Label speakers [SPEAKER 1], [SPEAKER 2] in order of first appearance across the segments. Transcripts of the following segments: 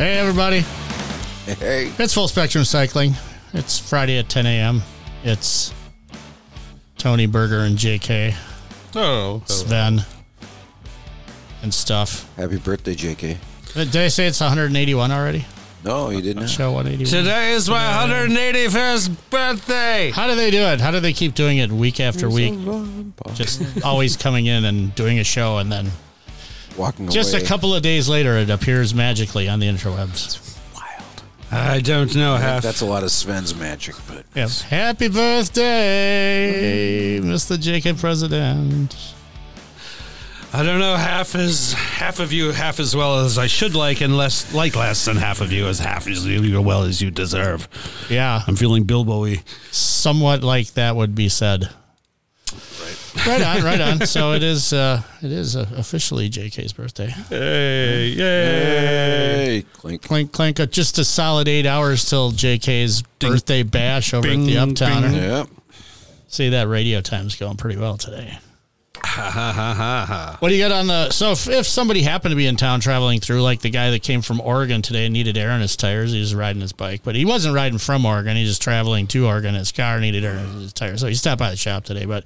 [SPEAKER 1] everybody.
[SPEAKER 2] Hey.
[SPEAKER 1] It's Full Spectrum Cycling. It's Friday at 10 a.m. It's Tony Berger and JK,
[SPEAKER 3] Oh,
[SPEAKER 1] Sven, and stuff.
[SPEAKER 2] Happy birthday, JK.
[SPEAKER 1] Did I say it's 181 already?
[SPEAKER 2] No, you didn't.
[SPEAKER 1] Show 181.
[SPEAKER 3] today is my 181st birthday.
[SPEAKER 1] How do they do it? How do they keep doing it week after week?
[SPEAKER 2] Just
[SPEAKER 1] Just always coming in and doing a show, and then
[SPEAKER 2] walking
[SPEAKER 1] just
[SPEAKER 2] away.
[SPEAKER 1] a couple of days later, it appears magically on the interwebs.
[SPEAKER 2] Wild.
[SPEAKER 3] I don't know half.
[SPEAKER 2] That's a lot of Sven's magic, but
[SPEAKER 1] Yep. Happy birthday, Mr. JK President.
[SPEAKER 3] I don't know half as half of you half as well as I should like, and less like less than half of you as half as you well as you deserve.
[SPEAKER 1] Yeah.
[SPEAKER 3] I'm feeling Bilbo-y.
[SPEAKER 1] somewhat like that would be said. Right. on, right on. So it is. Uh, it is uh, officially JK's birthday.
[SPEAKER 3] Hey, yay!
[SPEAKER 2] hey, clink.
[SPEAKER 1] Clink, clink. uh, Just a solid eight hours till JK's birthday bash over at the
[SPEAKER 3] Bing,
[SPEAKER 1] Uptowner.
[SPEAKER 3] bing.
[SPEAKER 2] Yep.
[SPEAKER 1] See that radio time's going pretty well today. what do you got on the? So if, if somebody happened to be in town traveling through, like the guy that came from Oregon today and needed air in his tires, he was riding his bike, but he wasn't riding from Oregon. He was just traveling to Oregon. His car needed air in his tires, so he stopped by the shop today. But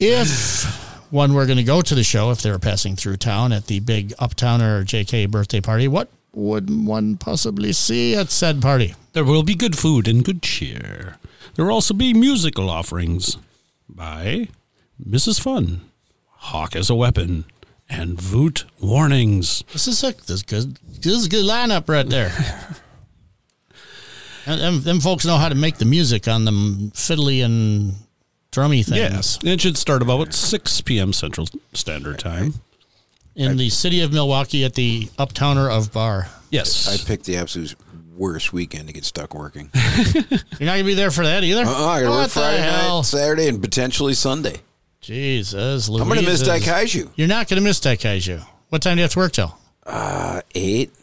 [SPEAKER 1] if one were going to go to the show, if they were passing through town at the big Uptowner or JK birthday party, what would one possibly see at said party?
[SPEAKER 3] There will be good food and good cheer. There will also be musical offerings by Mrs. Fun, Hawk as a Weapon, and Voot Warnings.
[SPEAKER 1] This is a this is good this is a good lineup right there. and them, them folks know how to make the music on them fiddly and drummy things.
[SPEAKER 3] It should start about 6 p.m. Central Standard Time.
[SPEAKER 1] In the city of Milwaukee at the Uptowner of Bar.
[SPEAKER 2] I
[SPEAKER 3] Yes.
[SPEAKER 2] picked the absolute worst weekend to get stuck working.
[SPEAKER 1] You're not gonna be there for that either.
[SPEAKER 2] Uh-uh, I got to
[SPEAKER 1] what
[SPEAKER 2] work Friday
[SPEAKER 1] the hell?
[SPEAKER 2] night, Saturday, and potentially Sunday.
[SPEAKER 1] Jesus,
[SPEAKER 2] I'm going to miss
[SPEAKER 1] Louise's.
[SPEAKER 2] Daikaiju.
[SPEAKER 1] You're not gonna miss Daikaiju. What time do you have to work till?
[SPEAKER 2] Uh, eight?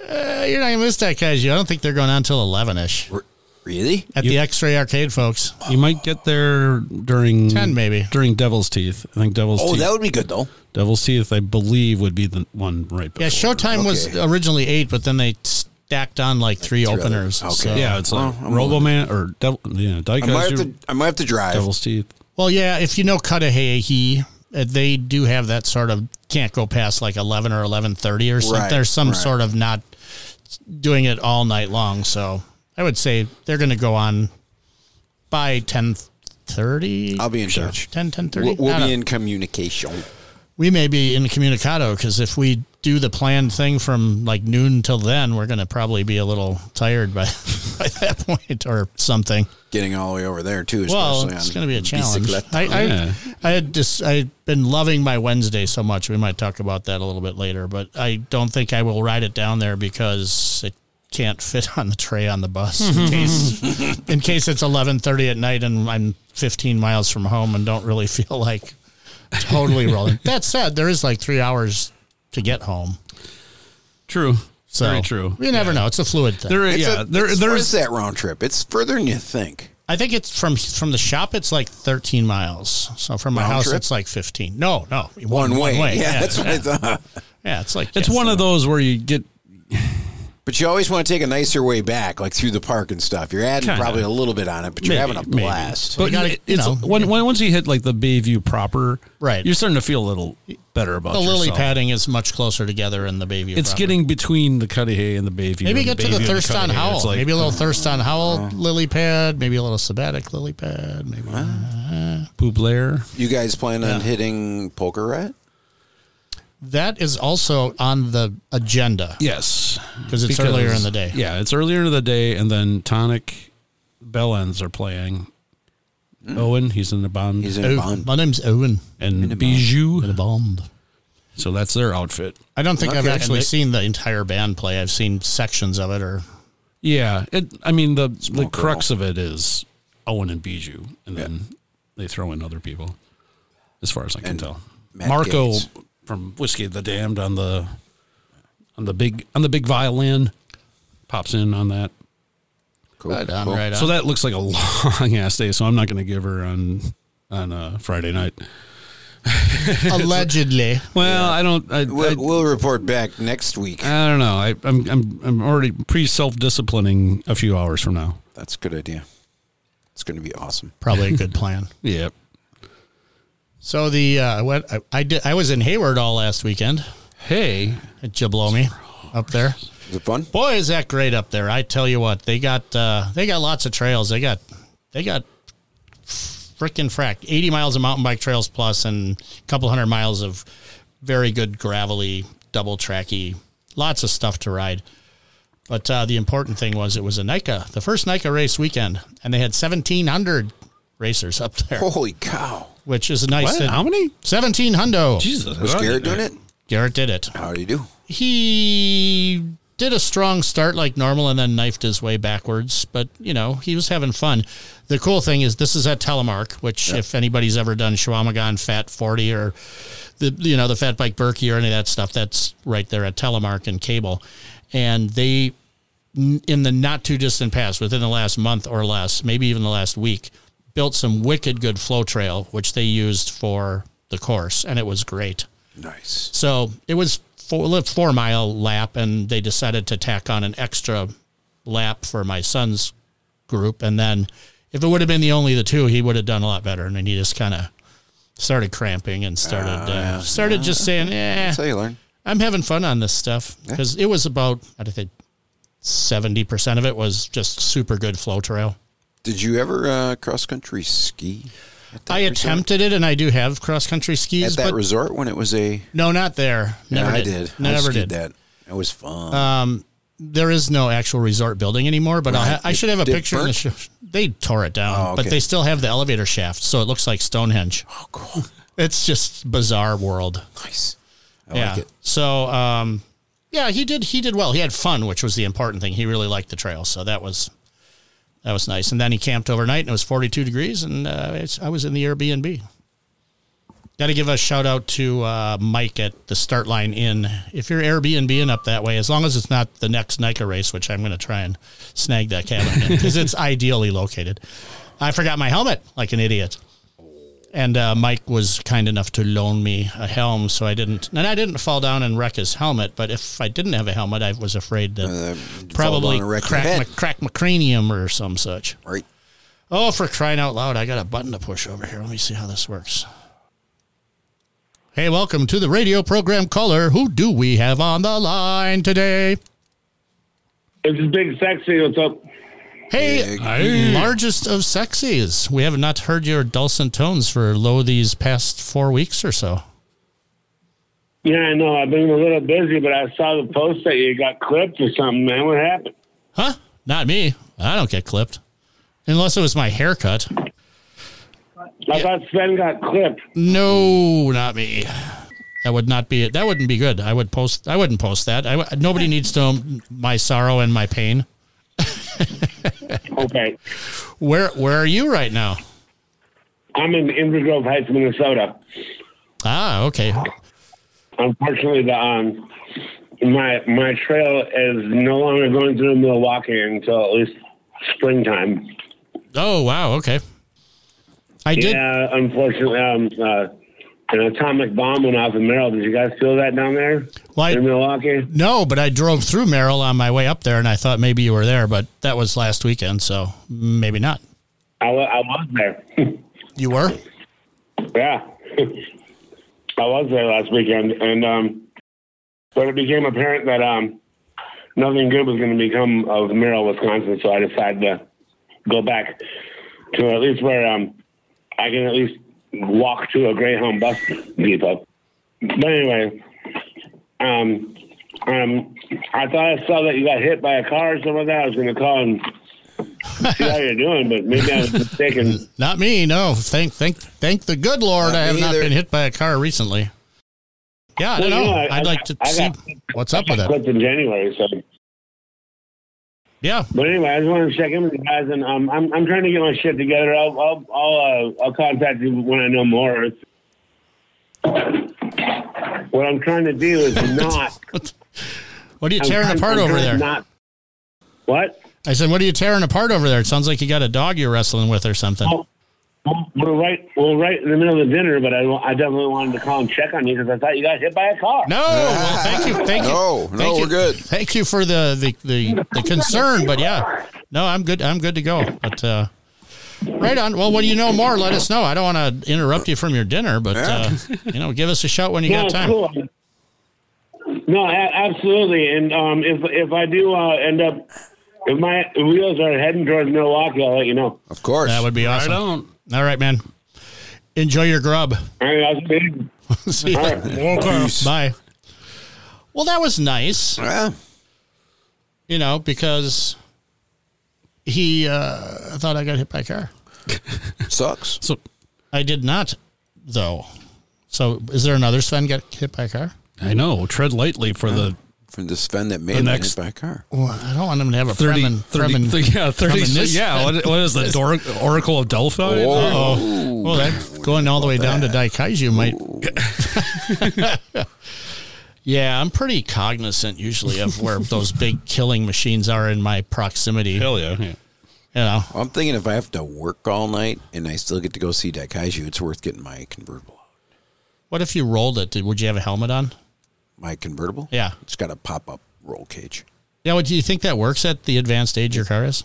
[SPEAKER 1] Uh, you're not gonna miss Daikaiju. I don't think they're going on till eleven ish
[SPEAKER 2] R- really?
[SPEAKER 1] at the X-Ray Arcade, folks.
[SPEAKER 3] You might get there during
[SPEAKER 1] 10 maybe.
[SPEAKER 3] during Devil's Teeth. I think Devil's
[SPEAKER 2] Oh,
[SPEAKER 3] Teeth.
[SPEAKER 2] that would be good, though.
[SPEAKER 3] Devil's Teeth, I believe, would be the one right before.
[SPEAKER 1] Yeah, Showtime was
[SPEAKER 2] Okay.
[SPEAKER 1] originally eight, but then they stacked on like three
[SPEAKER 2] other-
[SPEAKER 1] openers.
[SPEAKER 2] okay.
[SPEAKER 1] so-
[SPEAKER 3] Yeah, it's like
[SPEAKER 2] Well, I'm
[SPEAKER 3] Roboman or Devil. Yeah,
[SPEAKER 2] I might,
[SPEAKER 3] Daikaiju,
[SPEAKER 2] have to, I might have to drive.
[SPEAKER 3] Devil's Teeth.
[SPEAKER 1] Well, yeah, if you know Cudahy, uh, they do have that sort of can't go past like eleven or eleven thirty or something.
[SPEAKER 2] Right,
[SPEAKER 1] There's some
[SPEAKER 2] right.
[SPEAKER 1] sort of not doing it all night long. So I would say they're going to go on by ten thirty.
[SPEAKER 2] I'll be in touch.
[SPEAKER 1] 10, 10
[SPEAKER 2] We'll, we'll be in communication.
[SPEAKER 1] we may be in communicado because if we do the planned thing from like noon till then, we're going to probably be a little tired by, by that point or something.
[SPEAKER 2] Getting all the way over there, too.
[SPEAKER 1] Well,
[SPEAKER 2] especially
[SPEAKER 1] it's
[SPEAKER 2] on
[SPEAKER 1] going to be a challenge.
[SPEAKER 2] bicyclette.
[SPEAKER 1] I, I,
[SPEAKER 3] Yeah.
[SPEAKER 1] I had just I've been loving my Wednesday so much. We might talk about that a little bit later, but I don't think I will ride it down there because it can't fit on the tray on the bus in case in case it's eleven thirty at night and I'm fifteen miles from home and don't really feel like totally rolling. that said, there is like three hours to get home.
[SPEAKER 3] True.
[SPEAKER 1] So
[SPEAKER 3] Very true.
[SPEAKER 1] You never know. It's a fluid thing.
[SPEAKER 3] There,
[SPEAKER 2] It's
[SPEAKER 3] yeah,
[SPEAKER 2] a,
[SPEAKER 3] there,
[SPEAKER 2] it's worth
[SPEAKER 3] there's
[SPEAKER 2] that round trip. It's further than you think.
[SPEAKER 1] I think it's from from the shop. It's like thirteen miles. So from my
[SPEAKER 2] Round
[SPEAKER 1] house,
[SPEAKER 2] trip?
[SPEAKER 1] it's like fifteen. No, no, one,
[SPEAKER 2] One, way. Yeah,
[SPEAKER 1] Yeah,
[SPEAKER 2] that's what uh, I thought.
[SPEAKER 1] yeah, it's like
[SPEAKER 3] it's
[SPEAKER 1] yeah,
[SPEAKER 3] one of those where you get
[SPEAKER 2] But you always want to take a nicer way back, like through the park and stuff. You're adding
[SPEAKER 3] Kinda.
[SPEAKER 2] probably a little bit on it, but you're
[SPEAKER 3] Maybe,
[SPEAKER 2] having a
[SPEAKER 3] maybe.
[SPEAKER 2] blast.
[SPEAKER 3] But
[SPEAKER 1] You gotta,
[SPEAKER 3] it-
[SPEAKER 1] you
[SPEAKER 3] it's
[SPEAKER 1] know.
[SPEAKER 3] when, when once you hit like the Bayview proper,
[SPEAKER 1] Right.
[SPEAKER 3] You're starting to feel a little better about
[SPEAKER 1] the lily
[SPEAKER 3] yourself.
[SPEAKER 1] padding is much closer together in the baby.
[SPEAKER 3] It's getting between the Cudahy and the Bayview.
[SPEAKER 1] maybe
[SPEAKER 3] and
[SPEAKER 1] get to the
[SPEAKER 3] Bayview and
[SPEAKER 1] thirst on
[SPEAKER 3] Cudahy.
[SPEAKER 1] howl.
[SPEAKER 3] It's like-
[SPEAKER 1] maybe a little thirst on howl lily pad. Maybe a little sabbatic lily pad. Maybe
[SPEAKER 3] Poop layer.
[SPEAKER 2] You guys plan on hitting poker, right?
[SPEAKER 1] that is also on the agenda
[SPEAKER 3] Yes,
[SPEAKER 1] because it's earlier in the day.
[SPEAKER 3] Yeah, it's earlier in the day, and then Tonic Bell Ends are playing. Owen, he's in the bond,
[SPEAKER 2] Mm. He's in a
[SPEAKER 1] Oh,
[SPEAKER 2] bond.
[SPEAKER 1] my name's Owen.
[SPEAKER 3] and Bijou.
[SPEAKER 1] The Bond.
[SPEAKER 3] So that's their outfit.
[SPEAKER 1] I don't think I've
[SPEAKER 2] Okay.
[SPEAKER 1] actually
[SPEAKER 3] And they-
[SPEAKER 1] seen the entire band play. I've seen sections of it or
[SPEAKER 3] Yeah, it. I mean the the
[SPEAKER 2] Small
[SPEAKER 3] crux of it is Owen and Bijou, and then they throw in other people, as far as I can tell.
[SPEAKER 2] Matt
[SPEAKER 3] Marco
[SPEAKER 2] Gaetz.
[SPEAKER 3] from Whiskey the Damned on the on the big on the big violin pops in on that.
[SPEAKER 2] Cool.
[SPEAKER 1] right on,
[SPEAKER 2] Cool.
[SPEAKER 1] right on.
[SPEAKER 3] So that looks like a long ass day. So I'm not going to give her on on uh, Friday night.
[SPEAKER 1] Allegedly.
[SPEAKER 3] Well, I don't. I,
[SPEAKER 2] We'll,
[SPEAKER 3] I,
[SPEAKER 2] we'll report back next week.
[SPEAKER 3] I don't know. I, I'm I'm I'm already pre self disciplining a few hours from now.
[SPEAKER 2] That's a good idea. It's going to be awesome.
[SPEAKER 1] Probably a good plan.
[SPEAKER 3] Yep.
[SPEAKER 1] So the uh, what I, I did I was in Hayward all last weekend
[SPEAKER 3] Hey,
[SPEAKER 1] at Jablomi up there.
[SPEAKER 2] Is it fun?
[SPEAKER 1] Boy, is that great up there! I tell you what, they got uh, they got lots of trails. They got they got frickin' frack eighty miles of mountain bike trails plus, and a couple hundred miles of very good gravelly double tracky. Lots of stuff to ride. But uh, the important thing was it was a NICA, the first NICA race weekend, and they had seventeen hundred racers up there,
[SPEAKER 2] Holy cow!
[SPEAKER 1] which is nice.
[SPEAKER 3] what? How many?
[SPEAKER 1] Seventeen hundo.
[SPEAKER 3] Jesus,
[SPEAKER 2] Was
[SPEAKER 3] I-
[SPEAKER 2] Garrett doing it?
[SPEAKER 1] Garrett did it.
[SPEAKER 2] How do you do?
[SPEAKER 1] He did a strong start like normal and then knifed his way backwards, but you know, he was having fun. The cool thing is this is at Telemark, which if anybody's ever done Shawamagon Fat 40 or the you know, the Fat Bike Berkey or any of that stuff, that's right there at Telemark and Cable. And they in the not too distant past, within the last month or less, maybe even the last week, built some wicked good flow trail, which they used for the course, and it was great.
[SPEAKER 2] Nice.
[SPEAKER 1] So it was four, a four mile lap, and they decided to tack on an extra lap for my son's group. And then if it would have been the only the two, he would have done a lot better. And then he just kind of started cramping and started
[SPEAKER 2] Ah,
[SPEAKER 1] uh, started just saying, "Yeah,
[SPEAKER 2] That's how you learn.
[SPEAKER 1] I'm having fun on this stuff because it was about I think seventy percent of it was just super good flow trail.
[SPEAKER 2] Did you ever uh, cross country ski? at that
[SPEAKER 1] I
[SPEAKER 2] resort?
[SPEAKER 1] attempted it, and I do have cross country
[SPEAKER 2] at
[SPEAKER 1] skis,
[SPEAKER 2] that
[SPEAKER 1] but
[SPEAKER 2] resort when it was a.
[SPEAKER 1] no, not there. Never
[SPEAKER 2] Yeah, I
[SPEAKER 1] did.
[SPEAKER 2] did. I
[SPEAKER 1] Never
[SPEAKER 2] skied
[SPEAKER 1] did. Uh,
[SPEAKER 2] that. It was fun.
[SPEAKER 1] there is no actual resort building anymore, but I'll ha- I
[SPEAKER 2] It-
[SPEAKER 1] should have a
[SPEAKER 2] it
[SPEAKER 1] picture. In the
[SPEAKER 2] burnt?
[SPEAKER 1] sh- they tore it down,
[SPEAKER 2] Oh,
[SPEAKER 1] but
[SPEAKER 2] okay.
[SPEAKER 1] they still have the elevator shaft, so it looks like Stonehenge.
[SPEAKER 2] oh, cool.
[SPEAKER 1] It's just bizarre world.
[SPEAKER 2] Nice. I
[SPEAKER 1] yeah.
[SPEAKER 2] like it.
[SPEAKER 1] So, um, yeah, he did. He did well. He had fun, which was the important thing. He really liked the trail, so that was that was nice. And then he camped overnight, and it was forty two degrees, and uh, it's, I was in the Airbnb. Got to give a shout out to uh, Mike at the Start Line Inn. If you're Airbnb up that way, as long as it's not the next NICA race, which I'm going to try and snag that cabin because it's ideally located. I forgot my helmet like an idiot, and uh, Mike was kind enough to loan me a helm, so I didn't. And I didn't fall down and wreck his helmet, but if I didn't have a helmet, I was afraid that
[SPEAKER 2] you'd Uh, fall
[SPEAKER 1] probably
[SPEAKER 2] down and wreck your
[SPEAKER 1] crack
[SPEAKER 2] head.
[SPEAKER 1] my, crack my cranium or some such.
[SPEAKER 2] Right.
[SPEAKER 1] Oh, for crying out loud, I got a button to push over here. Let me see how this works. Hey, welcome to the radio program caller. Who do we have on the line today?
[SPEAKER 4] This is Big Sexy. What's up?
[SPEAKER 1] Hey,
[SPEAKER 3] Hey.
[SPEAKER 1] largest of sexies. We have not heard your dulcet tones for low these past four weeks or so.
[SPEAKER 4] Yeah, I know. I've been a little busy, but I saw the post that you got clipped or something, man. What happened?
[SPEAKER 1] Huh? Not me. I don't get clipped. Unless it was my haircut.
[SPEAKER 4] I thought Sven got clipped.
[SPEAKER 1] No, not me. That would not be That wouldn't be good. I would post. I wouldn't post that. I, w- nobody needs to know my sorrow and my pain.
[SPEAKER 4] Okay.
[SPEAKER 1] Where Where are you right now?
[SPEAKER 4] I'm in Inver Grove Heights, Minnesota.
[SPEAKER 1] Ah, okay.
[SPEAKER 4] Unfortunately, the um, my my trail is no longer going through Milwaukee until at least springtime.
[SPEAKER 1] Oh, wow. Okay. I did.
[SPEAKER 4] Yeah, unfortunately, um, uh, an atomic bomb went off in Merrill. Did you guys feel that down there
[SPEAKER 1] Well, I-
[SPEAKER 4] in Milwaukee?
[SPEAKER 1] no, but I drove through Merrill on my way up there, and I thought maybe you were there, but that was last weekend, so maybe not.
[SPEAKER 4] I, wa- I was there.
[SPEAKER 1] You were.
[SPEAKER 4] Yeah. I was there last weekend and um but it became apparent that um nothing good was gonna become of Merrill, Wisconsin, so I decided to go back to at least where um I can at least walk to a Greyhound bus depot. But anyway, um um I thought I saw that you got hit by a car or something like that. I was gonna call and see how you're doing, but maybe I was mistaken.
[SPEAKER 1] Not me. No. Thank Thank Thank the good Lord.
[SPEAKER 2] Not
[SPEAKER 1] I have
[SPEAKER 2] me
[SPEAKER 1] not
[SPEAKER 2] either.
[SPEAKER 1] been hit by a car recently. Yeah, I
[SPEAKER 4] Well,
[SPEAKER 1] don't
[SPEAKER 4] you
[SPEAKER 1] know.
[SPEAKER 4] know, I-
[SPEAKER 1] I'd
[SPEAKER 4] I-
[SPEAKER 1] like to
[SPEAKER 4] I
[SPEAKER 1] see
[SPEAKER 4] got-
[SPEAKER 1] what's up with
[SPEAKER 4] I
[SPEAKER 1] it.
[SPEAKER 4] quit in January, so
[SPEAKER 1] Yeah.
[SPEAKER 4] But anyway, I just wanted to check in with you guys, and um, I'm I'm trying to get my shit together. I'll I'll I'll, uh, I'll contact you when I know more. What I'm trying to do is not
[SPEAKER 1] What are you
[SPEAKER 4] I'm
[SPEAKER 1] tearing
[SPEAKER 4] trying-
[SPEAKER 1] apart
[SPEAKER 4] I'm
[SPEAKER 1] over
[SPEAKER 4] trying
[SPEAKER 1] there?
[SPEAKER 4] Not what?
[SPEAKER 1] I said, what are you tearing apart over there? It sounds like you got a dog you're wrestling with or something.
[SPEAKER 4] Oh. We're right. We're right in the middle of dinner, but I, I definitely wanted to call and check on you because I thought you got hit by a car.
[SPEAKER 1] No, well, thank you, thank you.
[SPEAKER 2] No, no,
[SPEAKER 1] thank you-
[SPEAKER 2] we're good.
[SPEAKER 1] Thank you for the the, the the concern, but yeah, no, I'm good. I'm good to go. But uh, right on. Well, when you know more, let us know. I don't want to interrupt you from your dinner, but uh, you know, give us a shout when you
[SPEAKER 4] No,
[SPEAKER 1] got
[SPEAKER 4] it's
[SPEAKER 1] time.
[SPEAKER 4] cool. No, a- absolutely. And um, if if I do uh, end up, if my wheels are heading towards Milwaukee, I'll let you know.
[SPEAKER 2] Of course.
[SPEAKER 1] That would be
[SPEAKER 3] I
[SPEAKER 1] awesome.
[SPEAKER 3] don't.
[SPEAKER 1] All right, man. Enjoy your grub.
[SPEAKER 4] All right, that's big.
[SPEAKER 1] See ya.
[SPEAKER 4] All right.
[SPEAKER 2] Peace.
[SPEAKER 1] Bye. Well, that was nice.
[SPEAKER 2] Yeah.
[SPEAKER 1] you know, because he uh, thought I got hit by a car.
[SPEAKER 2] Sucks.
[SPEAKER 3] So
[SPEAKER 1] I did not, though. So, is there another Sven got hit by a car?
[SPEAKER 3] I know. Tread lightly for the
[SPEAKER 2] From this friend that made
[SPEAKER 3] The
[SPEAKER 2] him
[SPEAKER 3] next-
[SPEAKER 2] hit by a car.
[SPEAKER 1] Well, I don't want him to have a
[SPEAKER 3] 30,
[SPEAKER 1] Fremen,
[SPEAKER 3] 30
[SPEAKER 1] Fremen-
[SPEAKER 3] th- yeah, 30,
[SPEAKER 1] premonition.
[SPEAKER 3] yeah. What, what is the Dor- Oracle of Delphi?
[SPEAKER 1] Oh, well, that going all the way down to Daikaiju might. yeah, I'm pretty cognizant usually of where those big killing machines are in my proximity. You
[SPEAKER 3] Hell yeah. yeah.
[SPEAKER 1] know,
[SPEAKER 2] I'm thinking if I have to work all night and I still get to go see Daikaiju, it's worth getting my convertible out.
[SPEAKER 1] what if you rolled it? Did- Would you have a helmet on?
[SPEAKER 2] My convertible?
[SPEAKER 1] Yeah.
[SPEAKER 2] It's got a pop up roll cage.
[SPEAKER 1] Yeah, what do you think that works at the advanced age your car is?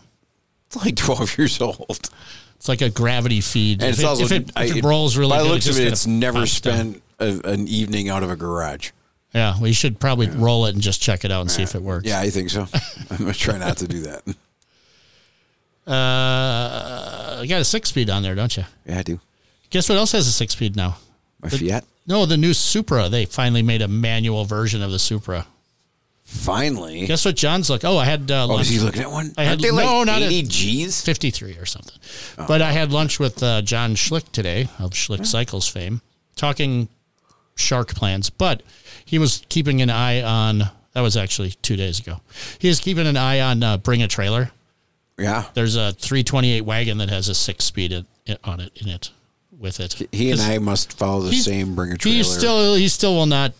[SPEAKER 2] It's like 12 years old.
[SPEAKER 1] It's like a gravity feed.
[SPEAKER 2] And
[SPEAKER 1] if
[SPEAKER 2] it's
[SPEAKER 1] it,
[SPEAKER 2] also,
[SPEAKER 1] if it,
[SPEAKER 2] I-
[SPEAKER 1] if it rolls really
[SPEAKER 2] By the
[SPEAKER 1] good,
[SPEAKER 2] looks of
[SPEAKER 1] just
[SPEAKER 2] it,
[SPEAKER 1] kinda
[SPEAKER 2] it's never
[SPEAKER 1] pops down.
[SPEAKER 2] spent a, an evening out of a garage.
[SPEAKER 1] Yeah, well, you should probably roll it and just check it out and see if it works.
[SPEAKER 2] Yeah, I think so. I'm going to try not to do that.
[SPEAKER 1] Uh, you got a six speed on there, don't you?
[SPEAKER 2] Yeah, I do.
[SPEAKER 1] Guess what else has a six speed now?
[SPEAKER 2] My Fiat.
[SPEAKER 1] No, the new Supra. They finally made a manual version of the Supra.
[SPEAKER 2] Finally.
[SPEAKER 1] Guess what John's like? Oh, I had uh,
[SPEAKER 2] Oh,
[SPEAKER 1] lunch
[SPEAKER 2] is he looking at one?
[SPEAKER 1] I had-
[SPEAKER 2] Aren't they like Oh.
[SPEAKER 1] no, not a-
[SPEAKER 2] 80 G's?
[SPEAKER 1] 53 or something. But I had lunch with uh, John Schlick today of Schlick Cycles fame, talking shark plans. But he was keeping an eye on, that was actually two days ago. He was keeping an eye on uh, Bring a Trailer.
[SPEAKER 2] Yeah.
[SPEAKER 1] There's a 328 wagon that has a six speed in, in- on it, in it, with it.
[SPEAKER 2] He and
[SPEAKER 1] It's-
[SPEAKER 2] I must follow the
[SPEAKER 1] he's-
[SPEAKER 2] same bring a trailer.
[SPEAKER 1] He still, he still will not.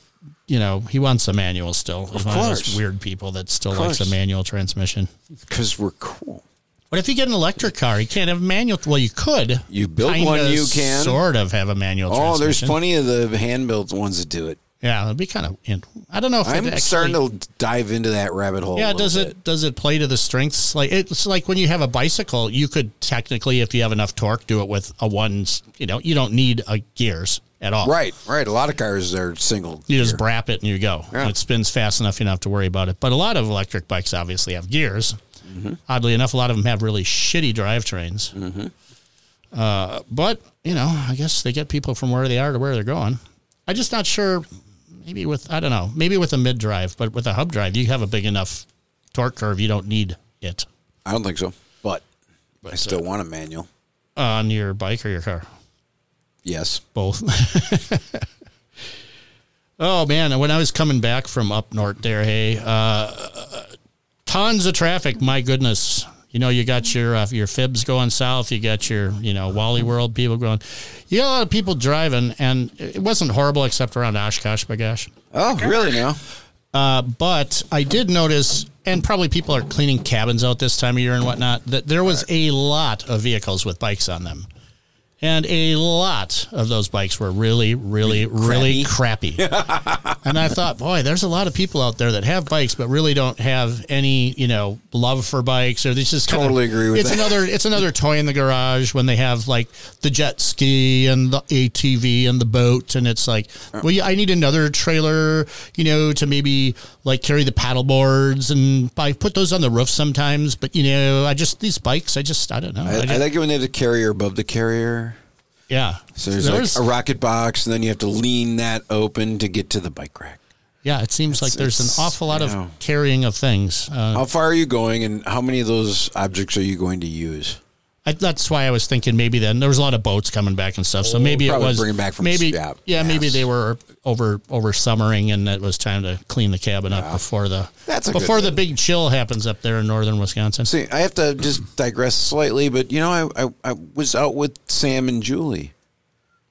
[SPEAKER 1] You know, he wants a manual still. He's one of
[SPEAKER 2] course.
[SPEAKER 1] those weird people that still likes a
[SPEAKER 2] course.
[SPEAKER 1] manual transmission.
[SPEAKER 2] Because we're cool.
[SPEAKER 1] What if you get an electric car? You can't have a manual. Well, you could.
[SPEAKER 2] You build one, you can.
[SPEAKER 1] sort of have a manual.
[SPEAKER 2] Oh, there's
[SPEAKER 1] transmission.
[SPEAKER 2] plenty of the hand built ones that do it.
[SPEAKER 1] Yeah, that'd be kind of. in- I don't know if
[SPEAKER 2] I'm
[SPEAKER 1] it actually-
[SPEAKER 2] starting to dive into that rabbit hole.
[SPEAKER 1] Yeah,
[SPEAKER 2] a
[SPEAKER 1] does
[SPEAKER 2] little
[SPEAKER 1] it does it play to the strengths? Like it's like when you have a bicycle, you could technically, if you have enough torque, do it with a one. You know, you don't need a gears at all.
[SPEAKER 2] bit. Right, right. A lot of cars are single.
[SPEAKER 1] You just
[SPEAKER 2] gear.
[SPEAKER 1] brap it and you go.
[SPEAKER 2] Yeah.
[SPEAKER 1] It spins fast enough you don't have to worry about it. But a lot of electric bikes obviously have gears.
[SPEAKER 2] Mm-hmm.
[SPEAKER 1] Oddly enough, a lot of them have really shitty drivetrains. Uh, but, you know, I guess they get people from where they are to where they're going. I'm just not sure. Maybe with, I don't know, maybe with a mid drive, but with a hub drive, you have a big enough torque curve. You don't need it
[SPEAKER 2] I don't think so, but, I
[SPEAKER 1] uh,
[SPEAKER 2] still want a manual.
[SPEAKER 1] on your bike or your car.
[SPEAKER 2] Yes.
[SPEAKER 1] both. oh man, when I was coming back from up north there, hey, uh, tons of traffic. My goodness, you know you got your uh, your fibs going south. You got your you know Wally World people going. You got a lot of people driving, and it wasn't horrible except around Oshkosh, Bagosh.
[SPEAKER 2] Oh, really now?
[SPEAKER 1] Uh, but I did notice, and probably people are cleaning cabins out this time of year and whatnot, that there was a lot of vehicles with bikes on them. And a lot of those bikes were really, really, really crappy. and I thought, boy, there's a lot of people out there that have bikes, but really don't have any, you know, love for bikes, or they just kinda-
[SPEAKER 2] Totally agree with
[SPEAKER 1] it's
[SPEAKER 2] that.
[SPEAKER 1] another it's another toy in the garage when they have like the jet ski and the ATV and the boat, and it's like, well, yeah, I need another trailer, you know, to maybe like carry the paddle boards, and I put those on the roof sometimes. But you know, I just these bikes, I just I don't know,
[SPEAKER 2] I,
[SPEAKER 1] I
[SPEAKER 2] I
[SPEAKER 1] just-
[SPEAKER 2] like it when they have the carrier above the carrier.
[SPEAKER 1] yeah.
[SPEAKER 2] So there's
[SPEAKER 1] There
[SPEAKER 2] like
[SPEAKER 1] was-
[SPEAKER 2] a rocket box, and then you have to lean that open to get to the bike rack.
[SPEAKER 1] yeah, it seems like there's
[SPEAKER 2] it's-
[SPEAKER 1] an awful lot
[SPEAKER 2] you
[SPEAKER 1] of
[SPEAKER 2] know.
[SPEAKER 1] carrying of things. Uh,
[SPEAKER 2] How far are you going, and how many of those objects are you going to use?
[SPEAKER 1] I, that's why I was thinking maybe then there was a lot of boats coming back and stuff. So maybe it
[SPEAKER 2] Oh, probably
[SPEAKER 1] was
[SPEAKER 2] bringing back from
[SPEAKER 1] maybe yeah,
[SPEAKER 2] yeah,
[SPEAKER 1] maybe
[SPEAKER 2] yes.
[SPEAKER 1] they were over over summering and it was time to clean the cabin up before the
[SPEAKER 2] That's a good
[SPEAKER 1] before the
[SPEAKER 2] thing.
[SPEAKER 1] big chill happens up there in northern Wisconsin.
[SPEAKER 2] See, I have to just digress slightly, but you know, I, I, I was out with Sam and Julie.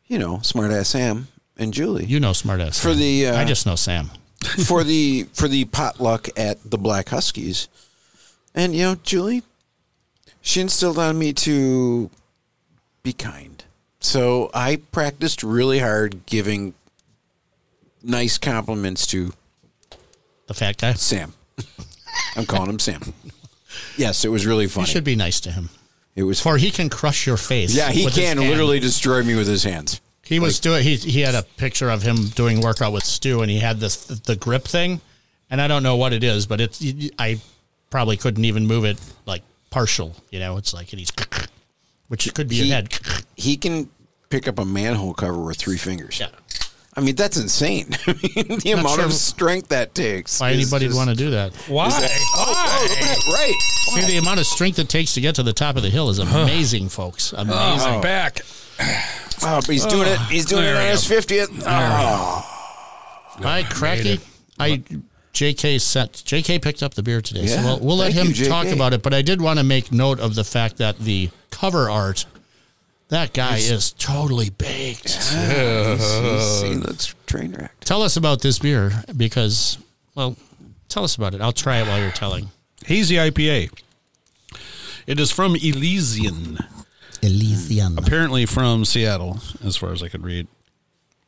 [SPEAKER 2] You know, smart ass Sam and Julie
[SPEAKER 1] you know, smartass.
[SPEAKER 2] for the uh,
[SPEAKER 1] I just know Sam.
[SPEAKER 2] for the for the potluck at the Black Huskies, and you know, Julie, she instilled on me to be kind. So I practiced really hard giving nice compliments to
[SPEAKER 1] The fat guy.
[SPEAKER 2] Sam. I'm calling him Sam. Yes, it was really
[SPEAKER 1] You
[SPEAKER 2] funny.
[SPEAKER 1] should be nice to him,
[SPEAKER 2] it was
[SPEAKER 1] for he can crush your face.
[SPEAKER 2] Yeah, he
[SPEAKER 1] with his
[SPEAKER 2] can
[SPEAKER 1] hand.
[SPEAKER 2] literally destroy me with his hands.
[SPEAKER 1] He was doing. He he had a picture of him doing workout with Stu, and he had this the grip thing, and I don't know what it is, but it's you- you- I probably couldn't even move it like partial. You know, it's like and he's which could be
[SPEAKER 2] He-
[SPEAKER 1] your head.
[SPEAKER 2] He can pick up a manhole cover with three fingers.
[SPEAKER 1] Yeah.
[SPEAKER 2] I mean, that's insane. I mean, the amount
[SPEAKER 1] sure
[SPEAKER 2] of strength that takes.
[SPEAKER 1] Why
[SPEAKER 2] is
[SPEAKER 1] anybody'd
[SPEAKER 2] just-
[SPEAKER 1] want to do that?
[SPEAKER 3] Why?
[SPEAKER 2] Oh, look at that, right.
[SPEAKER 1] See the amount of strength it takes to get to the top of the hill is amazing, folks. Amazing.
[SPEAKER 3] I'm back.
[SPEAKER 2] Oh, but he's doing it. He's doing it
[SPEAKER 3] There
[SPEAKER 2] on
[SPEAKER 3] we
[SPEAKER 2] his 50th. Oh,
[SPEAKER 1] Hi, Cracky. I JK sent JK picked up the beer today, so
[SPEAKER 2] Yeah.
[SPEAKER 1] we'll, we'll let him
[SPEAKER 2] Thank you,
[SPEAKER 1] talk
[SPEAKER 2] JK.
[SPEAKER 1] about it. But I did want to make note of the fact that the cover art, that guy is totally baked. Uh-huh.
[SPEAKER 2] he's- he looks train wrecked.
[SPEAKER 1] Tell us about this beer because, well, tell us about it. I'll try it while you're telling.
[SPEAKER 3] Hazy IPA. It is from Elysian,
[SPEAKER 1] Elysian.
[SPEAKER 3] apparently from Seattle, as far as I could read.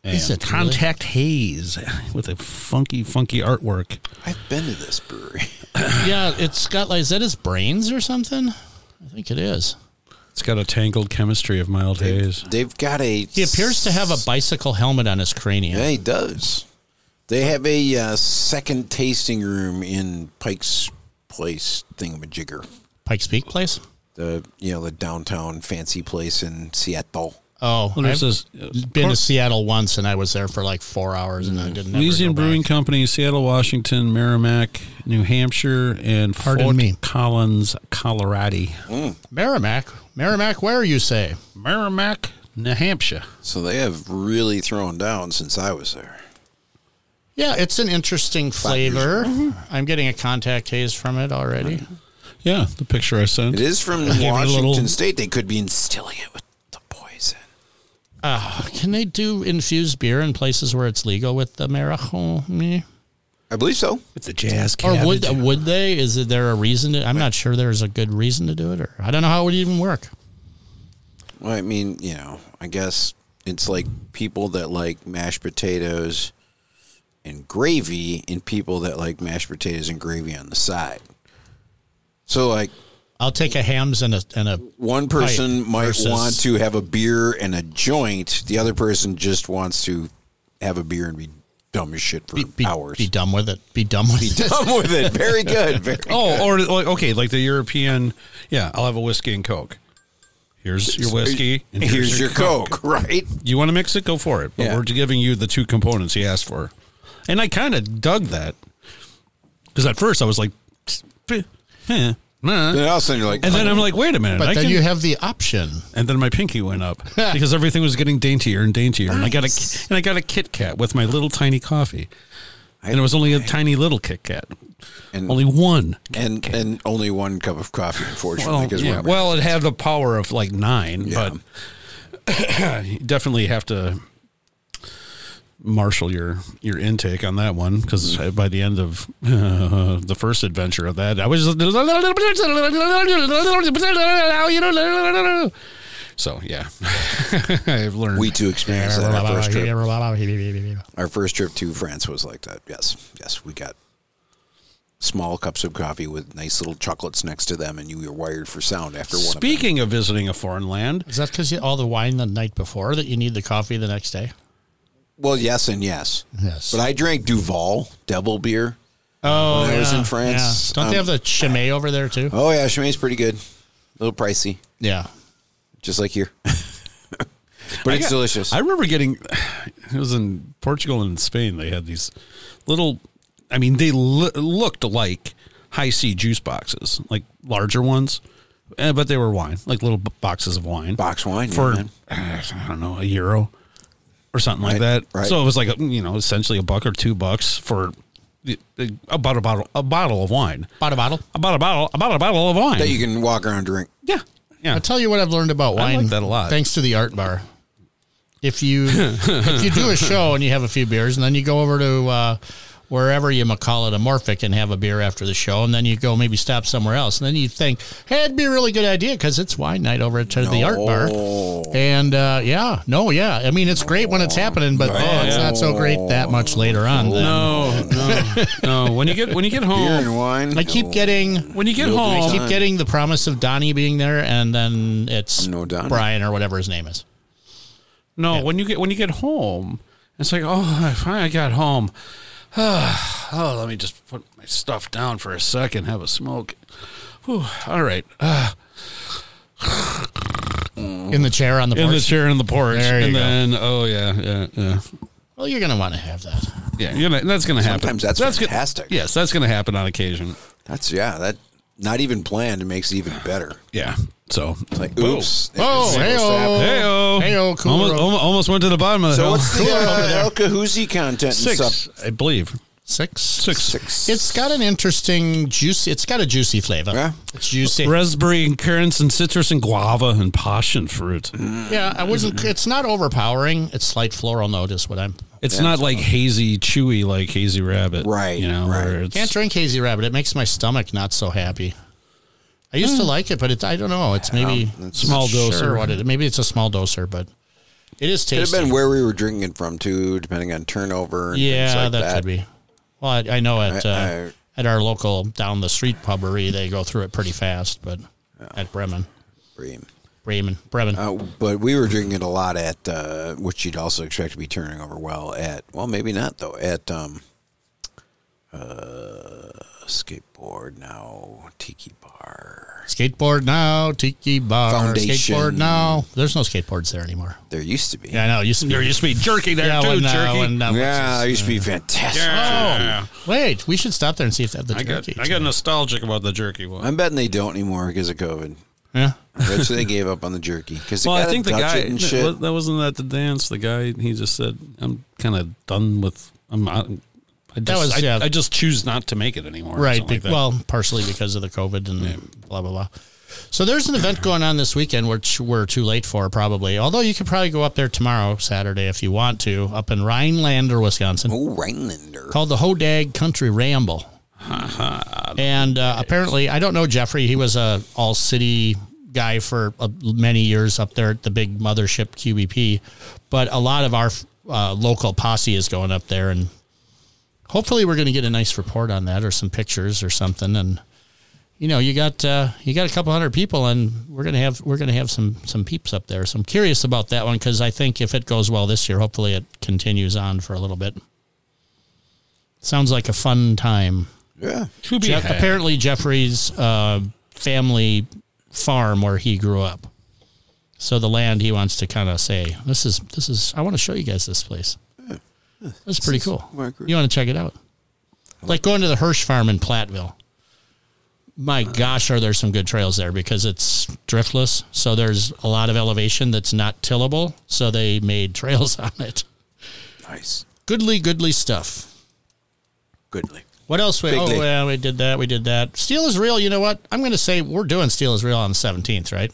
[SPEAKER 1] Is
[SPEAKER 3] And
[SPEAKER 1] it really?
[SPEAKER 3] Contact Haze with a funky, funky artwork.
[SPEAKER 2] I've been to this brewery.
[SPEAKER 1] Yeah, it's got like is that his brains or something? I think it is.
[SPEAKER 3] It's got a tangled chemistry of mild haze.
[SPEAKER 2] They've got a.
[SPEAKER 1] He appears to have a bicycle helmet on his cranium.
[SPEAKER 2] Yeah, he does. They have a uh, second tasting room in Pike's Place thingamajigger.
[SPEAKER 1] Pikes Peak place.
[SPEAKER 2] The you know the downtown fancy place in Seattle.
[SPEAKER 1] Oh,
[SPEAKER 3] Well, there's
[SPEAKER 1] I've
[SPEAKER 3] this-
[SPEAKER 1] been to Seattle once, and I was there for like four hours, and I didn't. ever
[SPEAKER 3] Elysian
[SPEAKER 1] go back.
[SPEAKER 3] Brewing Company, Seattle, Washington, Merrimack, New Hampshire, and
[SPEAKER 1] Pardon
[SPEAKER 3] Fort
[SPEAKER 1] me.
[SPEAKER 3] Collins, Colorado.
[SPEAKER 1] Merrimack, Merrimack, where you say?
[SPEAKER 3] Merrimack, New Hampshire.
[SPEAKER 2] So they have really thrown down since I was there.
[SPEAKER 1] Yeah, it's an interesting flavor. I'm getting a contact haze from it already.
[SPEAKER 3] Yeah, the picture I sent.
[SPEAKER 2] It is from
[SPEAKER 3] it a
[SPEAKER 2] Washington
[SPEAKER 3] little-
[SPEAKER 2] State. They could be instilling it with the poison.
[SPEAKER 1] Can they do infused beer in places where it's legal with the marijuana?
[SPEAKER 2] I believe so.
[SPEAKER 3] With the jazz
[SPEAKER 1] Or would would they? Is there a reason to? I'm not sure there's a good reason to do it, or I don't know how it would even work.
[SPEAKER 2] Well, I mean, you know, I guess it's like people that like mashed potatoes and gravy, and people that like mashed potatoes and gravy on the side. So, like,
[SPEAKER 1] I'll take a hams and a and a
[SPEAKER 2] one person
[SPEAKER 1] Right,
[SPEAKER 2] might
[SPEAKER 1] versus-
[SPEAKER 2] want to have a beer and a joint. The other person just wants to have a beer and be dumb as shit for
[SPEAKER 1] be,
[SPEAKER 2] hours.
[SPEAKER 1] be dumb with it. Be dumb with it.
[SPEAKER 2] dumb with it. Very good. Very
[SPEAKER 3] Oh, or like okay, like the European. Yeah, I'll have a whiskey and coke. Here's your whiskey. And
[SPEAKER 2] Here's, your, coke. right?
[SPEAKER 3] You want to mix it? Go for it. But
[SPEAKER 2] Yeah.
[SPEAKER 3] we're giving you the two components he asked for, and I kind of dug that because at first I was like, eh, eh, nah.
[SPEAKER 2] Then all of a sudden you're like,
[SPEAKER 3] and then I'm like, wait a minute.
[SPEAKER 1] But
[SPEAKER 3] I
[SPEAKER 1] then
[SPEAKER 3] can,
[SPEAKER 1] you have the option.
[SPEAKER 3] and then my pinky went up because everything was getting daintier and daintier, and I got a and I got a Kit Kat with my little tiny coffee, and it was only a tiny little Kit Kat,
[SPEAKER 2] And-
[SPEAKER 3] only one.
[SPEAKER 2] and and only one cup of coffee, unfortunately,
[SPEAKER 3] Well,
[SPEAKER 2] because
[SPEAKER 3] yeah.
[SPEAKER 2] we're
[SPEAKER 3] well, it had the power of like nine,
[SPEAKER 2] Yeah.
[SPEAKER 3] but you definitely have to marshal your your intake on that one because
[SPEAKER 2] Mm.
[SPEAKER 3] by the end of uh, the first adventure of that, I was so yeah. I've learned.
[SPEAKER 2] we too experienced that. Our first trip,
[SPEAKER 1] Well,
[SPEAKER 2] our first trip to France was like that. Yes, yes, we got small cups of coffee with nice little chocolates next to them, and you were wired for sound after one. of them.
[SPEAKER 3] Speaking of visiting a foreign land,
[SPEAKER 1] Is that because all the wine the night before that you need the coffee the next day?
[SPEAKER 2] Well, yes and yes.
[SPEAKER 1] Yes.
[SPEAKER 2] But I drank Duval Devil beer.
[SPEAKER 1] oh,
[SPEAKER 2] when I was
[SPEAKER 1] yeah,
[SPEAKER 2] in France,
[SPEAKER 1] yeah. Don't they
[SPEAKER 2] um,
[SPEAKER 1] have the Chimay over there too?
[SPEAKER 2] Oh yeah, Chimay's pretty good. A little pricey,
[SPEAKER 1] Yeah.
[SPEAKER 2] just like here. but
[SPEAKER 3] I
[SPEAKER 2] it's
[SPEAKER 3] got-
[SPEAKER 2] delicious.
[SPEAKER 3] I remember getting it was in Portugal and Spain. They had these little. I mean, they lo- looked like high C juice boxes, like larger ones, eh, but they were wine, like little b- boxes of wine.
[SPEAKER 2] Box wine, yeah,
[SPEAKER 3] for
[SPEAKER 2] man.
[SPEAKER 3] eh, I don't know a euro or something like
[SPEAKER 2] Right,
[SPEAKER 3] that.
[SPEAKER 2] right.
[SPEAKER 3] So it was like mm, you know essentially a buck or two bucks for the- the- about a bottle a bottle of wine,
[SPEAKER 1] Bought a bottle.
[SPEAKER 3] about a bottle about a bottle of wine.
[SPEAKER 2] that you can walk around and drink.
[SPEAKER 3] yeah, yeah.
[SPEAKER 1] I'll tell you what I've learned about
[SPEAKER 3] I
[SPEAKER 1] wine.
[SPEAKER 3] like that a lot.
[SPEAKER 1] Thanks to the art bar. If you if you do a show and you have a few beers and then you go over to uh, wherever you ma- call it a morphic and have a beer after the show, and then you go maybe stop somewhere else, and then you think, hey, it'd be a really good idea because it's wine night over at the art
[SPEAKER 2] No.
[SPEAKER 1] bar, and uh, yeah, no, yeah, I mean it's great when it's happening, but oh, it's not so great that much later on. Then.
[SPEAKER 3] No, no, no. When you get when you get
[SPEAKER 2] Beer
[SPEAKER 3] home,
[SPEAKER 2] and wine.
[SPEAKER 1] Oh,
[SPEAKER 2] Oh,
[SPEAKER 1] I keep
[SPEAKER 2] No.
[SPEAKER 1] getting
[SPEAKER 3] when you get
[SPEAKER 2] You'll
[SPEAKER 1] I
[SPEAKER 3] home,
[SPEAKER 1] keep getting the promise of Donnie being there, and then it's
[SPEAKER 2] No Donnie.
[SPEAKER 1] Brian or whatever his name is.
[SPEAKER 3] No, when you get when you get home, it's like, oh, I finally got home. oh, let me just put my stuff down for a second, have a smoke. Whew, all right, Ah,
[SPEAKER 1] in the chair on the
[SPEAKER 3] in
[SPEAKER 1] porch.
[SPEAKER 3] the chair in the porch,
[SPEAKER 1] There you
[SPEAKER 3] and
[SPEAKER 1] go.
[SPEAKER 3] then oh yeah, yeah, yeah,
[SPEAKER 1] well, you're gonna want to have that.
[SPEAKER 3] yeah. You're gonna, that's gonna happen.
[SPEAKER 2] Sometimes that's
[SPEAKER 3] gonna-
[SPEAKER 2] fantastic.
[SPEAKER 3] yes, that's gonna happen on occasion.
[SPEAKER 2] That's yeah. That not even planned makes it even better.
[SPEAKER 3] Yeah. So
[SPEAKER 2] Like oops. it
[SPEAKER 1] Oh,
[SPEAKER 2] was supposed to
[SPEAKER 1] hey-oh.
[SPEAKER 2] happen.
[SPEAKER 3] Heyo,
[SPEAKER 1] Heyo, cool.
[SPEAKER 3] almost, almo- almost went to the bottom of the
[SPEAKER 2] So
[SPEAKER 3] hill.
[SPEAKER 2] what's the uh, El Cahoozy content?
[SPEAKER 3] six?
[SPEAKER 2] Sub-
[SPEAKER 3] I believe
[SPEAKER 1] Six.
[SPEAKER 3] six.
[SPEAKER 2] six.
[SPEAKER 1] It's got an interesting juicy. It's got a juicy flavor.
[SPEAKER 2] Yeah.
[SPEAKER 1] It's juicy.
[SPEAKER 3] Raspberry and currants and citrus and guava and passion fruit.
[SPEAKER 1] Yeah, I wasn't. It's not overpowering. It's slight floral note is what I'm.
[SPEAKER 3] It's not like hazy, chewy like hazy rabbit,
[SPEAKER 2] Right,
[SPEAKER 3] You know,
[SPEAKER 2] right.
[SPEAKER 3] where it's,
[SPEAKER 1] Can't drink hazy rabbit. It makes my stomach not so happy. I used to
[SPEAKER 2] Hmm.
[SPEAKER 1] like it, but it's. I don't know. It's maybe
[SPEAKER 3] Small dose
[SPEAKER 1] sure
[SPEAKER 3] or-
[SPEAKER 1] what it. Maybe it's a small doser, but it is
[SPEAKER 2] Could have
[SPEAKER 1] tasty.
[SPEAKER 2] been where we were drinking it from too, depending on turnover. And
[SPEAKER 1] yeah,
[SPEAKER 2] things like
[SPEAKER 1] that,
[SPEAKER 2] that
[SPEAKER 1] could be. Well, I, I know at
[SPEAKER 2] I-
[SPEAKER 1] uh, at our local down the street pubbery, they go through it pretty fast, but at Bremen,
[SPEAKER 2] Dream.
[SPEAKER 1] Bremen, Bremen.
[SPEAKER 2] Uh, but we were drinking it a lot at uh, which you'd also expect to be turning over well at. Well, maybe not though. At um, uh, skateboard now tiki bar.
[SPEAKER 1] Skateboard now, tiki bar.
[SPEAKER 2] Foundation.
[SPEAKER 1] Skateboard now. There's no skateboards there anymore.
[SPEAKER 2] There used to be.
[SPEAKER 1] Yeah, I know. It used to be.
[SPEAKER 3] There used to be jerky there
[SPEAKER 1] yeah,
[SPEAKER 3] too,
[SPEAKER 1] when, uh,
[SPEAKER 3] jerky.
[SPEAKER 1] when, uh,
[SPEAKER 2] Yeah, there used to be
[SPEAKER 3] Oh,
[SPEAKER 2] fantastic.
[SPEAKER 3] Yeah.
[SPEAKER 1] Wait, we should stop there and see if they have the
[SPEAKER 3] I got
[SPEAKER 1] jerky.
[SPEAKER 3] I got nostalgic about the jerky
[SPEAKER 1] Oh.
[SPEAKER 3] one.
[SPEAKER 2] I'm betting they don't anymore because of COVID.
[SPEAKER 1] yeah.
[SPEAKER 2] Rich, they gave up on the jerky because
[SPEAKER 3] Well, I think the guy
[SPEAKER 2] and shit.
[SPEAKER 3] that, that wasn't at the dance. The guy he just said, "I'm kind of done with. I'm. I, I just,
[SPEAKER 1] was,
[SPEAKER 3] I,
[SPEAKER 1] yeah.
[SPEAKER 3] I just choose not to make it anymore." or
[SPEAKER 1] Right.
[SPEAKER 3] something like
[SPEAKER 1] be-
[SPEAKER 3] that.
[SPEAKER 1] well, partially because of the COVID and blah blah blah. So there's an event going on this weekend, which we're too late for probably. Although you could probably go up there tomorrow, Saturday, if you want to, up in Rhinelander, Wisconsin,
[SPEAKER 2] oh, Rhinelander.
[SPEAKER 1] called the Hodag Country Ramble. and uh, apparently, I don't know Jeffrey. He was a all city guy for uh, many years up there at the big mothership QBP, but a lot of our uh, local posse is going up there, and hopefully, we're going to get a nice report on that or some pictures or something. And you know, you got uh, you got a couple hundred people, and we're gonna have we're gonna have some some peeps up there. So I'm curious about that one because I think if it goes well this year, hopefully it continues on for a little bit. Sounds like a fun time.
[SPEAKER 2] Yeah.
[SPEAKER 3] To be
[SPEAKER 1] Jeff,
[SPEAKER 3] had.
[SPEAKER 1] apparently Jeffrey's uh, family farm where he grew up. So the land he wants to kind of say, this is this is I want to show you guys this place. That's pretty cool.
[SPEAKER 2] where I grew-
[SPEAKER 1] You want to check it out? Like going to the Hirsch Farm in Platteville. My
[SPEAKER 3] Uh.
[SPEAKER 1] gosh, are there some good trails there because it's driftless. So there's a lot of elevation that's not tillable. So they made trails on it.
[SPEAKER 2] Nice.
[SPEAKER 1] Goodly, goodly stuff.
[SPEAKER 2] Goodly.
[SPEAKER 1] What else? We,
[SPEAKER 2] Big
[SPEAKER 1] oh,
[SPEAKER 2] league.
[SPEAKER 1] yeah, we did that. We did that. Steel is real. You know what? I'm going to say we're doing Steel is real on the 17th, right?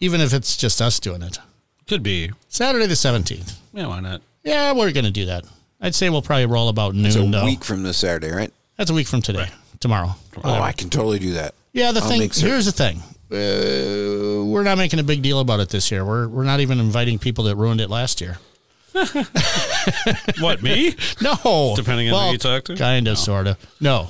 [SPEAKER 1] Even if it's just us doing it.
[SPEAKER 3] could be.
[SPEAKER 1] Saturday the 17th.
[SPEAKER 3] Yeah, why not?
[SPEAKER 1] Yeah, we're going to do that. I'd say we'll probably roll about noon,
[SPEAKER 2] It's a
[SPEAKER 1] though.
[SPEAKER 2] week from this Saturday, right?
[SPEAKER 1] That's a week from today, tomorrow.
[SPEAKER 2] Oh, I can totally do that.
[SPEAKER 1] Yeah, the
[SPEAKER 2] I'll
[SPEAKER 1] thing
[SPEAKER 2] make certain.
[SPEAKER 1] here's the thing. Uh, we're not making a big deal about it this year. We're we're not even inviting people that ruined it last year.
[SPEAKER 3] What me?
[SPEAKER 1] No,
[SPEAKER 3] Depending on who you talk to?
[SPEAKER 1] kind of, sort of. No,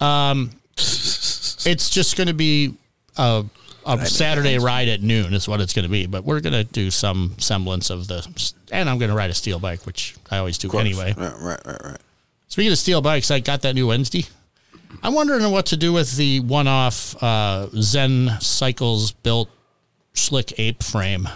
[SPEAKER 1] um, it's just going to be a, a Saturday ride at noon is what it's going to be. But we're going to do some semblance of the, and I'm going to ride a steel bike, which I always do anyway.
[SPEAKER 2] Right, right, right, right.
[SPEAKER 1] Speaking of steel bikes, I got that new Wednesday. I'm wondering what to do with the one-off uh, Zen Cycles built slick ape frame.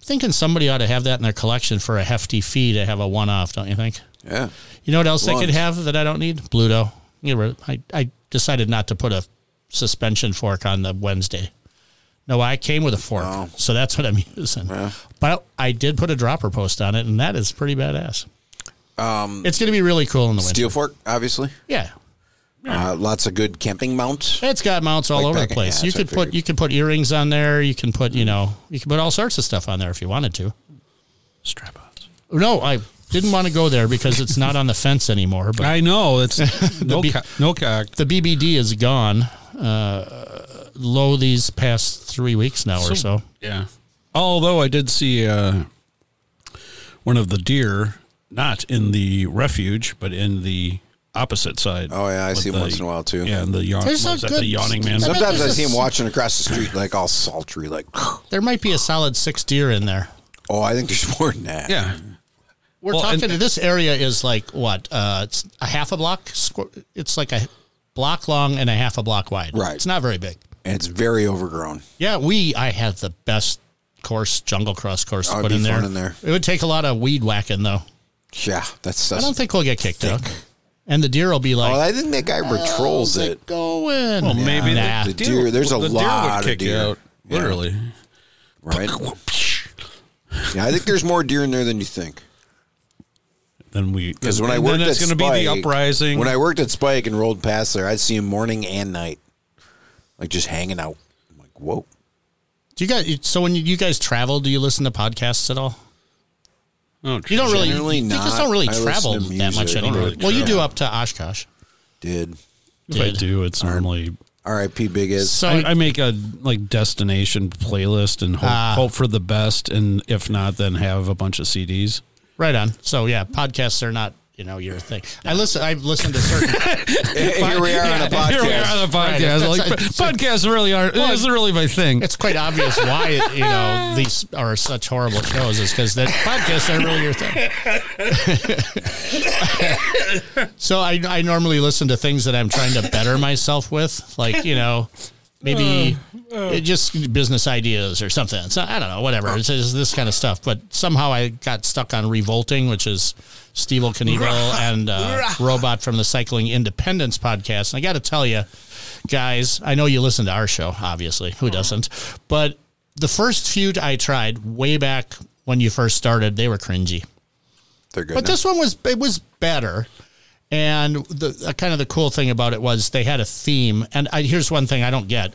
[SPEAKER 1] Thinking somebody ought to have that in their collection for a hefty fee to have a one-off, don't you think?
[SPEAKER 2] Yeah.
[SPEAKER 1] You know what else I could
[SPEAKER 2] Lunch.
[SPEAKER 1] have that I don't need? Bluto. Get rid- I, I decided not to put a suspension fork on the Wednesday. No, I came with a fork,
[SPEAKER 2] Oh.
[SPEAKER 1] so that's what I'm using. But I did put a dropper post on it, and that is pretty badass. Um, it's going to be really cool in the winter.
[SPEAKER 2] Steel fork, obviously.
[SPEAKER 1] Yeah,
[SPEAKER 2] Uh, lots of good camping mounts.
[SPEAKER 1] it's got mounts all
[SPEAKER 2] Like
[SPEAKER 1] over the
[SPEAKER 2] back-
[SPEAKER 1] place.
[SPEAKER 2] yeah,
[SPEAKER 1] you
[SPEAKER 2] that's what I
[SPEAKER 1] could put
[SPEAKER 2] figured.
[SPEAKER 1] you could put earrings on there. You can put you know you can put all sorts of stuff on there if you wanted to.
[SPEAKER 3] Strap-ons.
[SPEAKER 1] No, I Didn't want to go there because it's not on the fence anymore. But
[SPEAKER 3] I know it's no
[SPEAKER 1] be-
[SPEAKER 3] co- no cock.
[SPEAKER 1] the BBD is gone. Uh, low these past three weeks now or so.
[SPEAKER 3] Yeah. Although I did see uh, one of the deer, not in the refuge, but in the opposite side.
[SPEAKER 2] Oh, yeah, I
[SPEAKER 3] With
[SPEAKER 2] see
[SPEAKER 3] the-
[SPEAKER 2] him once in a while, too.
[SPEAKER 3] Yeah, and the yawn.
[SPEAKER 1] There's
[SPEAKER 3] what
[SPEAKER 1] a
[SPEAKER 3] is that,
[SPEAKER 1] good-
[SPEAKER 3] the yawning man.
[SPEAKER 1] I bet
[SPEAKER 2] Sometimes I
[SPEAKER 1] there's
[SPEAKER 2] see
[SPEAKER 1] a
[SPEAKER 2] him
[SPEAKER 1] s-
[SPEAKER 2] watching across the street, like all sultry, like, oh,
[SPEAKER 1] There might be a solid six deer in there.
[SPEAKER 2] I think there's more than that.
[SPEAKER 3] Yeah.
[SPEAKER 1] We're
[SPEAKER 3] Well,
[SPEAKER 1] talking
[SPEAKER 3] and-
[SPEAKER 1] to this area is like what? Uh, it's a half a block. squ- It's like a block long and a half a block wide.
[SPEAKER 2] Right.
[SPEAKER 1] It's not very big.
[SPEAKER 2] And it's very overgrown.
[SPEAKER 1] Yeah, we I had the best course jungle cross course
[SPEAKER 2] Oh,
[SPEAKER 1] to
[SPEAKER 2] it'd
[SPEAKER 1] put
[SPEAKER 2] be
[SPEAKER 1] in there.
[SPEAKER 2] fun in there.
[SPEAKER 1] It would take a lot of weed whacking though.
[SPEAKER 2] Yeah, that's
[SPEAKER 1] I
[SPEAKER 2] such.
[SPEAKER 1] don't think we'll get kicked out. And the deer will be like,
[SPEAKER 2] well, I think Oh, that guy patrols it.
[SPEAKER 1] going. Well,
[SPEAKER 3] maybe
[SPEAKER 1] nah.
[SPEAKER 2] the deer- there's a
[SPEAKER 3] the would
[SPEAKER 2] lot of
[SPEAKER 3] kick you
[SPEAKER 2] deer.
[SPEAKER 3] out,
[SPEAKER 2] Yeah.
[SPEAKER 3] Literally.
[SPEAKER 2] Right? Yeah, I think there's more deer in there than you think.
[SPEAKER 3] Then we
[SPEAKER 2] Because when I
[SPEAKER 3] and
[SPEAKER 2] worked
[SPEAKER 3] then it's
[SPEAKER 2] at
[SPEAKER 3] going to be the
[SPEAKER 2] Spike-
[SPEAKER 3] uprising.
[SPEAKER 2] When I worked at Spike and rolled past there, I'd see him morning and night, like just hanging out. I'm like, whoa.
[SPEAKER 1] do you guys? So when you guys travel, do you listen to podcasts at all?
[SPEAKER 3] oh,
[SPEAKER 1] You don't really.
[SPEAKER 2] Generally
[SPEAKER 1] you
[SPEAKER 2] not.
[SPEAKER 1] just don't really
[SPEAKER 2] I listen
[SPEAKER 1] travel
[SPEAKER 2] to
[SPEAKER 1] that much
[SPEAKER 2] music. I don't
[SPEAKER 1] anymore.
[SPEAKER 3] really
[SPEAKER 1] well, you do
[SPEAKER 2] travel.
[SPEAKER 1] up to Oshkosh.
[SPEAKER 2] Did
[SPEAKER 3] If I
[SPEAKER 1] Did.
[SPEAKER 3] do, it's normally
[SPEAKER 2] R.I.P. Big is
[SPEAKER 1] So
[SPEAKER 3] I, I make a like destination playlist and hope,
[SPEAKER 1] Ah.
[SPEAKER 3] hope for the best, and if not, then have a bunch of CDs.
[SPEAKER 1] right on. So yeah, podcasts are not you know your thing. I listen. I've listened to certain.
[SPEAKER 2] here we are on a
[SPEAKER 3] Here we are
[SPEAKER 2] podcast.
[SPEAKER 3] on a podcast.
[SPEAKER 1] Right.
[SPEAKER 3] Like,
[SPEAKER 1] It's-
[SPEAKER 3] podcasts really are. It isn't really my thing.
[SPEAKER 1] it's quite obvious why you know these are such horrible shows is because that podcasts aren't really your thing. so I, I normally listen to things that I'm trying to better myself with, like you know maybe it just business ideas or something. So I don't know, whatever. It's just this kind of stuff. But somehow I got stuck on revolting, which is Steve O'Knievel and uh, Robot from the Cycling Independence podcast. And I got to tell you guys, I know you listen to our show, obviously. Who doesn't? But the first few I tried way back when you first started, they were cringy.
[SPEAKER 2] They're good.
[SPEAKER 1] But
[SPEAKER 2] now.
[SPEAKER 1] this one was it was better. And the uh, kind of the cool thing about it was they had a theme. And I, here's one thing I don't get.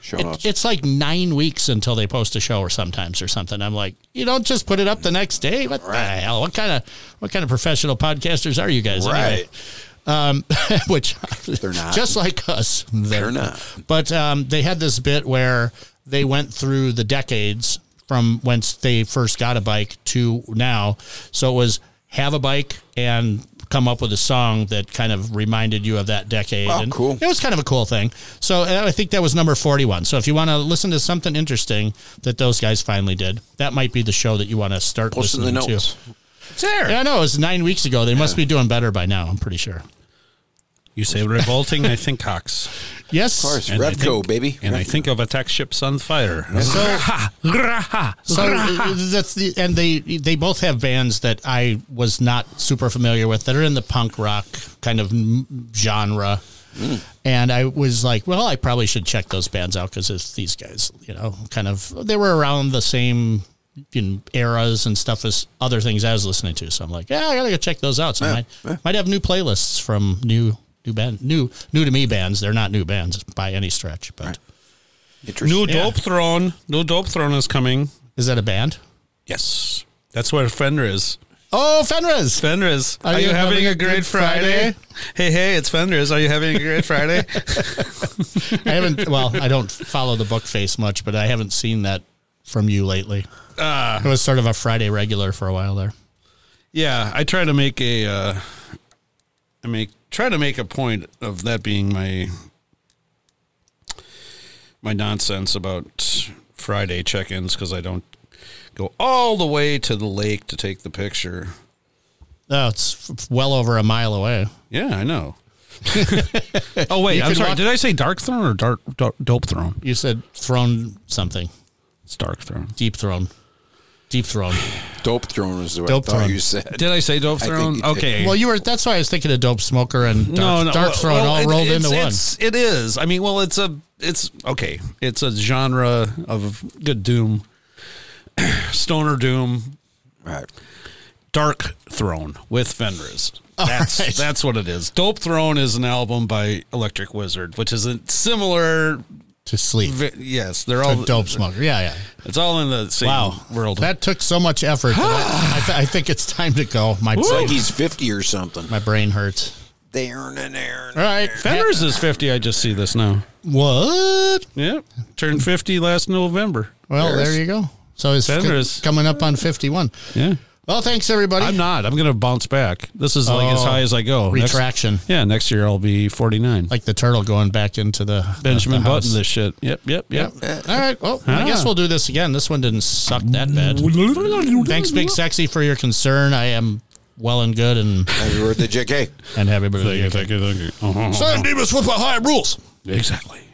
[SPEAKER 2] Show
[SPEAKER 1] It,
[SPEAKER 2] notes.
[SPEAKER 1] it's like nine weeks until they post a show or sometimes or something. I'm like, you don't just put it up the next day. What the hell? What kind of what kind of professional podcasters are you guys?
[SPEAKER 3] uh,
[SPEAKER 1] anyway?
[SPEAKER 2] right.
[SPEAKER 1] which
[SPEAKER 2] They're not.
[SPEAKER 1] just like us. They're,
[SPEAKER 2] not.
[SPEAKER 1] But um, they had this bit where they went through the decades from whence they first got a bike to now. So it was have a bike and come up with a song that kind of reminded you of that decade.
[SPEAKER 2] Oh,
[SPEAKER 1] and
[SPEAKER 2] cool.
[SPEAKER 1] It was kind of a cool thing. So uh, I think that was number 41. So if you want to listen to something interesting that those guys finally did, that might be the show that you want to start
[SPEAKER 2] Post in the
[SPEAKER 1] listening
[SPEAKER 2] notes.
[SPEAKER 1] to. Yeah, I know. It was nine weeks ago. They must be doing better by now, I'm pretty sure.
[SPEAKER 3] You say revolting, I think Cox.
[SPEAKER 1] Yes.
[SPEAKER 2] Of course,
[SPEAKER 3] And I
[SPEAKER 2] Revco,
[SPEAKER 3] think-
[SPEAKER 2] baby.
[SPEAKER 3] And I think of attack ships on fire.
[SPEAKER 1] So uh, that's the and they they both have bands that I was not super familiar with that are in the punk rock kind of m- genre.
[SPEAKER 2] Hmm.
[SPEAKER 1] And I was like, well, I probably should check those bands out because if these guys, you know, kind of they were around the same you know, eras and stuff as other things I was listening to. So I'm like, yeah, I gotta go check those out. So I might, might have new playlists from new new band new new to me bands. They're not new bands by any stretch, but
[SPEAKER 2] Interesting.
[SPEAKER 3] New Dope Throne. New Dope Throne is coming.
[SPEAKER 1] is that a band?
[SPEAKER 3] Yes. That's where Fender is.
[SPEAKER 1] Oh, Fenris.
[SPEAKER 3] Fenders, are, you having, a great Friday? Hey, hey, it's Fenders. Are you having a great Friday?
[SPEAKER 1] I haven't. Well, I don't follow the book face much, but I haven't seen that from you lately.
[SPEAKER 3] Ah.
[SPEAKER 1] it was sort of a Friday regular for a while there.
[SPEAKER 3] yeah, I try to make a, uh, I make try to make a point of that being my, my nonsense about Friday check-ins because I don't go all the way to the lake to take the picture.
[SPEAKER 1] Oh, it's f- well over a mile away.
[SPEAKER 3] Yeah, I know. oh wait, I'm
[SPEAKER 1] could
[SPEAKER 3] sorry.
[SPEAKER 1] walk-
[SPEAKER 3] Did I say dark throne or dark, dark dope throne?
[SPEAKER 1] You said thrown something,
[SPEAKER 3] It's dark throne.
[SPEAKER 1] deep thrown, deep thrown.
[SPEAKER 2] Dope throne was what
[SPEAKER 1] Dope
[SPEAKER 2] I thought
[SPEAKER 1] throne.
[SPEAKER 2] you said.
[SPEAKER 3] Did I say dope
[SPEAKER 2] think
[SPEAKER 3] throne?
[SPEAKER 2] you did.
[SPEAKER 3] Okay.
[SPEAKER 1] Well, you were. That's why I was thinking of dope smoker and dark, dark
[SPEAKER 3] well-
[SPEAKER 1] thrown
[SPEAKER 3] well,
[SPEAKER 1] all
[SPEAKER 3] it-
[SPEAKER 1] rolled
[SPEAKER 3] it's-
[SPEAKER 1] into one.
[SPEAKER 3] it's- It is. I mean, well, it's a it's okay. It's a genre of good doom, stoner doom,
[SPEAKER 2] Right.
[SPEAKER 3] dark throne with Fenris. That's that's what it is. Dope Throne is an album by Electric Wizard, which is a similar
[SPEAKER 1] to sleep.
[SPEAKER 3] V- yes, they're
[SPEAKER 1] A
[SPEAKER 3] all
[SPEAKER 1] dope smoker. Yeah, yeah.
[SPEAKER 3] It's all in the same
[SPEAKER 1] Wow.
[SPEAKER 3] world.
[SPEAKER 1] That took so much effort. that I, I, th- I think it's time to go. My
[SPEAKER 2] It's like
[SPEAKER 1] brain,
[SPEAKER 2] he's 50 or something.
[SPEAKER 1] my brain hurts.
[SPEAKER 2] There and there.
[SPEAKER 1] All right.
[SPEAKER 3] Fenner's is fifty. I just see this now.
[SPEAKER 1] What?
[SPEAKER 3] Yeah, turned fifty last November.
[SPEAKER 1] Well, there you go. So it's
[SPEAKER 3] Fender
[SPEAKER 1] c-
[SPEAKER 3] is-
[SPEAKER 1] coming up on 51.
[SPEAKER 3] Yeah,
[SPEAKER 1] Well, thanks, everybody.
[SPEAKER 3] I'm not. I'm gonna bounce back. This is like as
[SPEAKER 1] Oh,
[SPEAKER 3] high as I go. Next-
[SPEAKER 1] Retraction.
[SPEAKER 3] yeah, next year I'll be forty nine.
[SPEAKER 1] Like the turtle going back into the
[SPEAKER 3] Benjamin
[SPEAKER 1] the house.
[SPEAKER 3] Button, this shit. Yep, yep, yep. Ah.
[SPEAKER 1] All right. Well, I guess we'll do this again. This one didn't suck that bad. Thanks, Big Sexy, for your concern. I am well and good and,
[SPEAKER 2] Happy birthday, JK.
[SPEAKER 1] and happy birthday.
[SPEAKER 3] Thank you, thank you, thank you. Uh-huh.
[SPEAKER 1] Sam Davis with my high rules.
[SPEAKER 3] Exactly.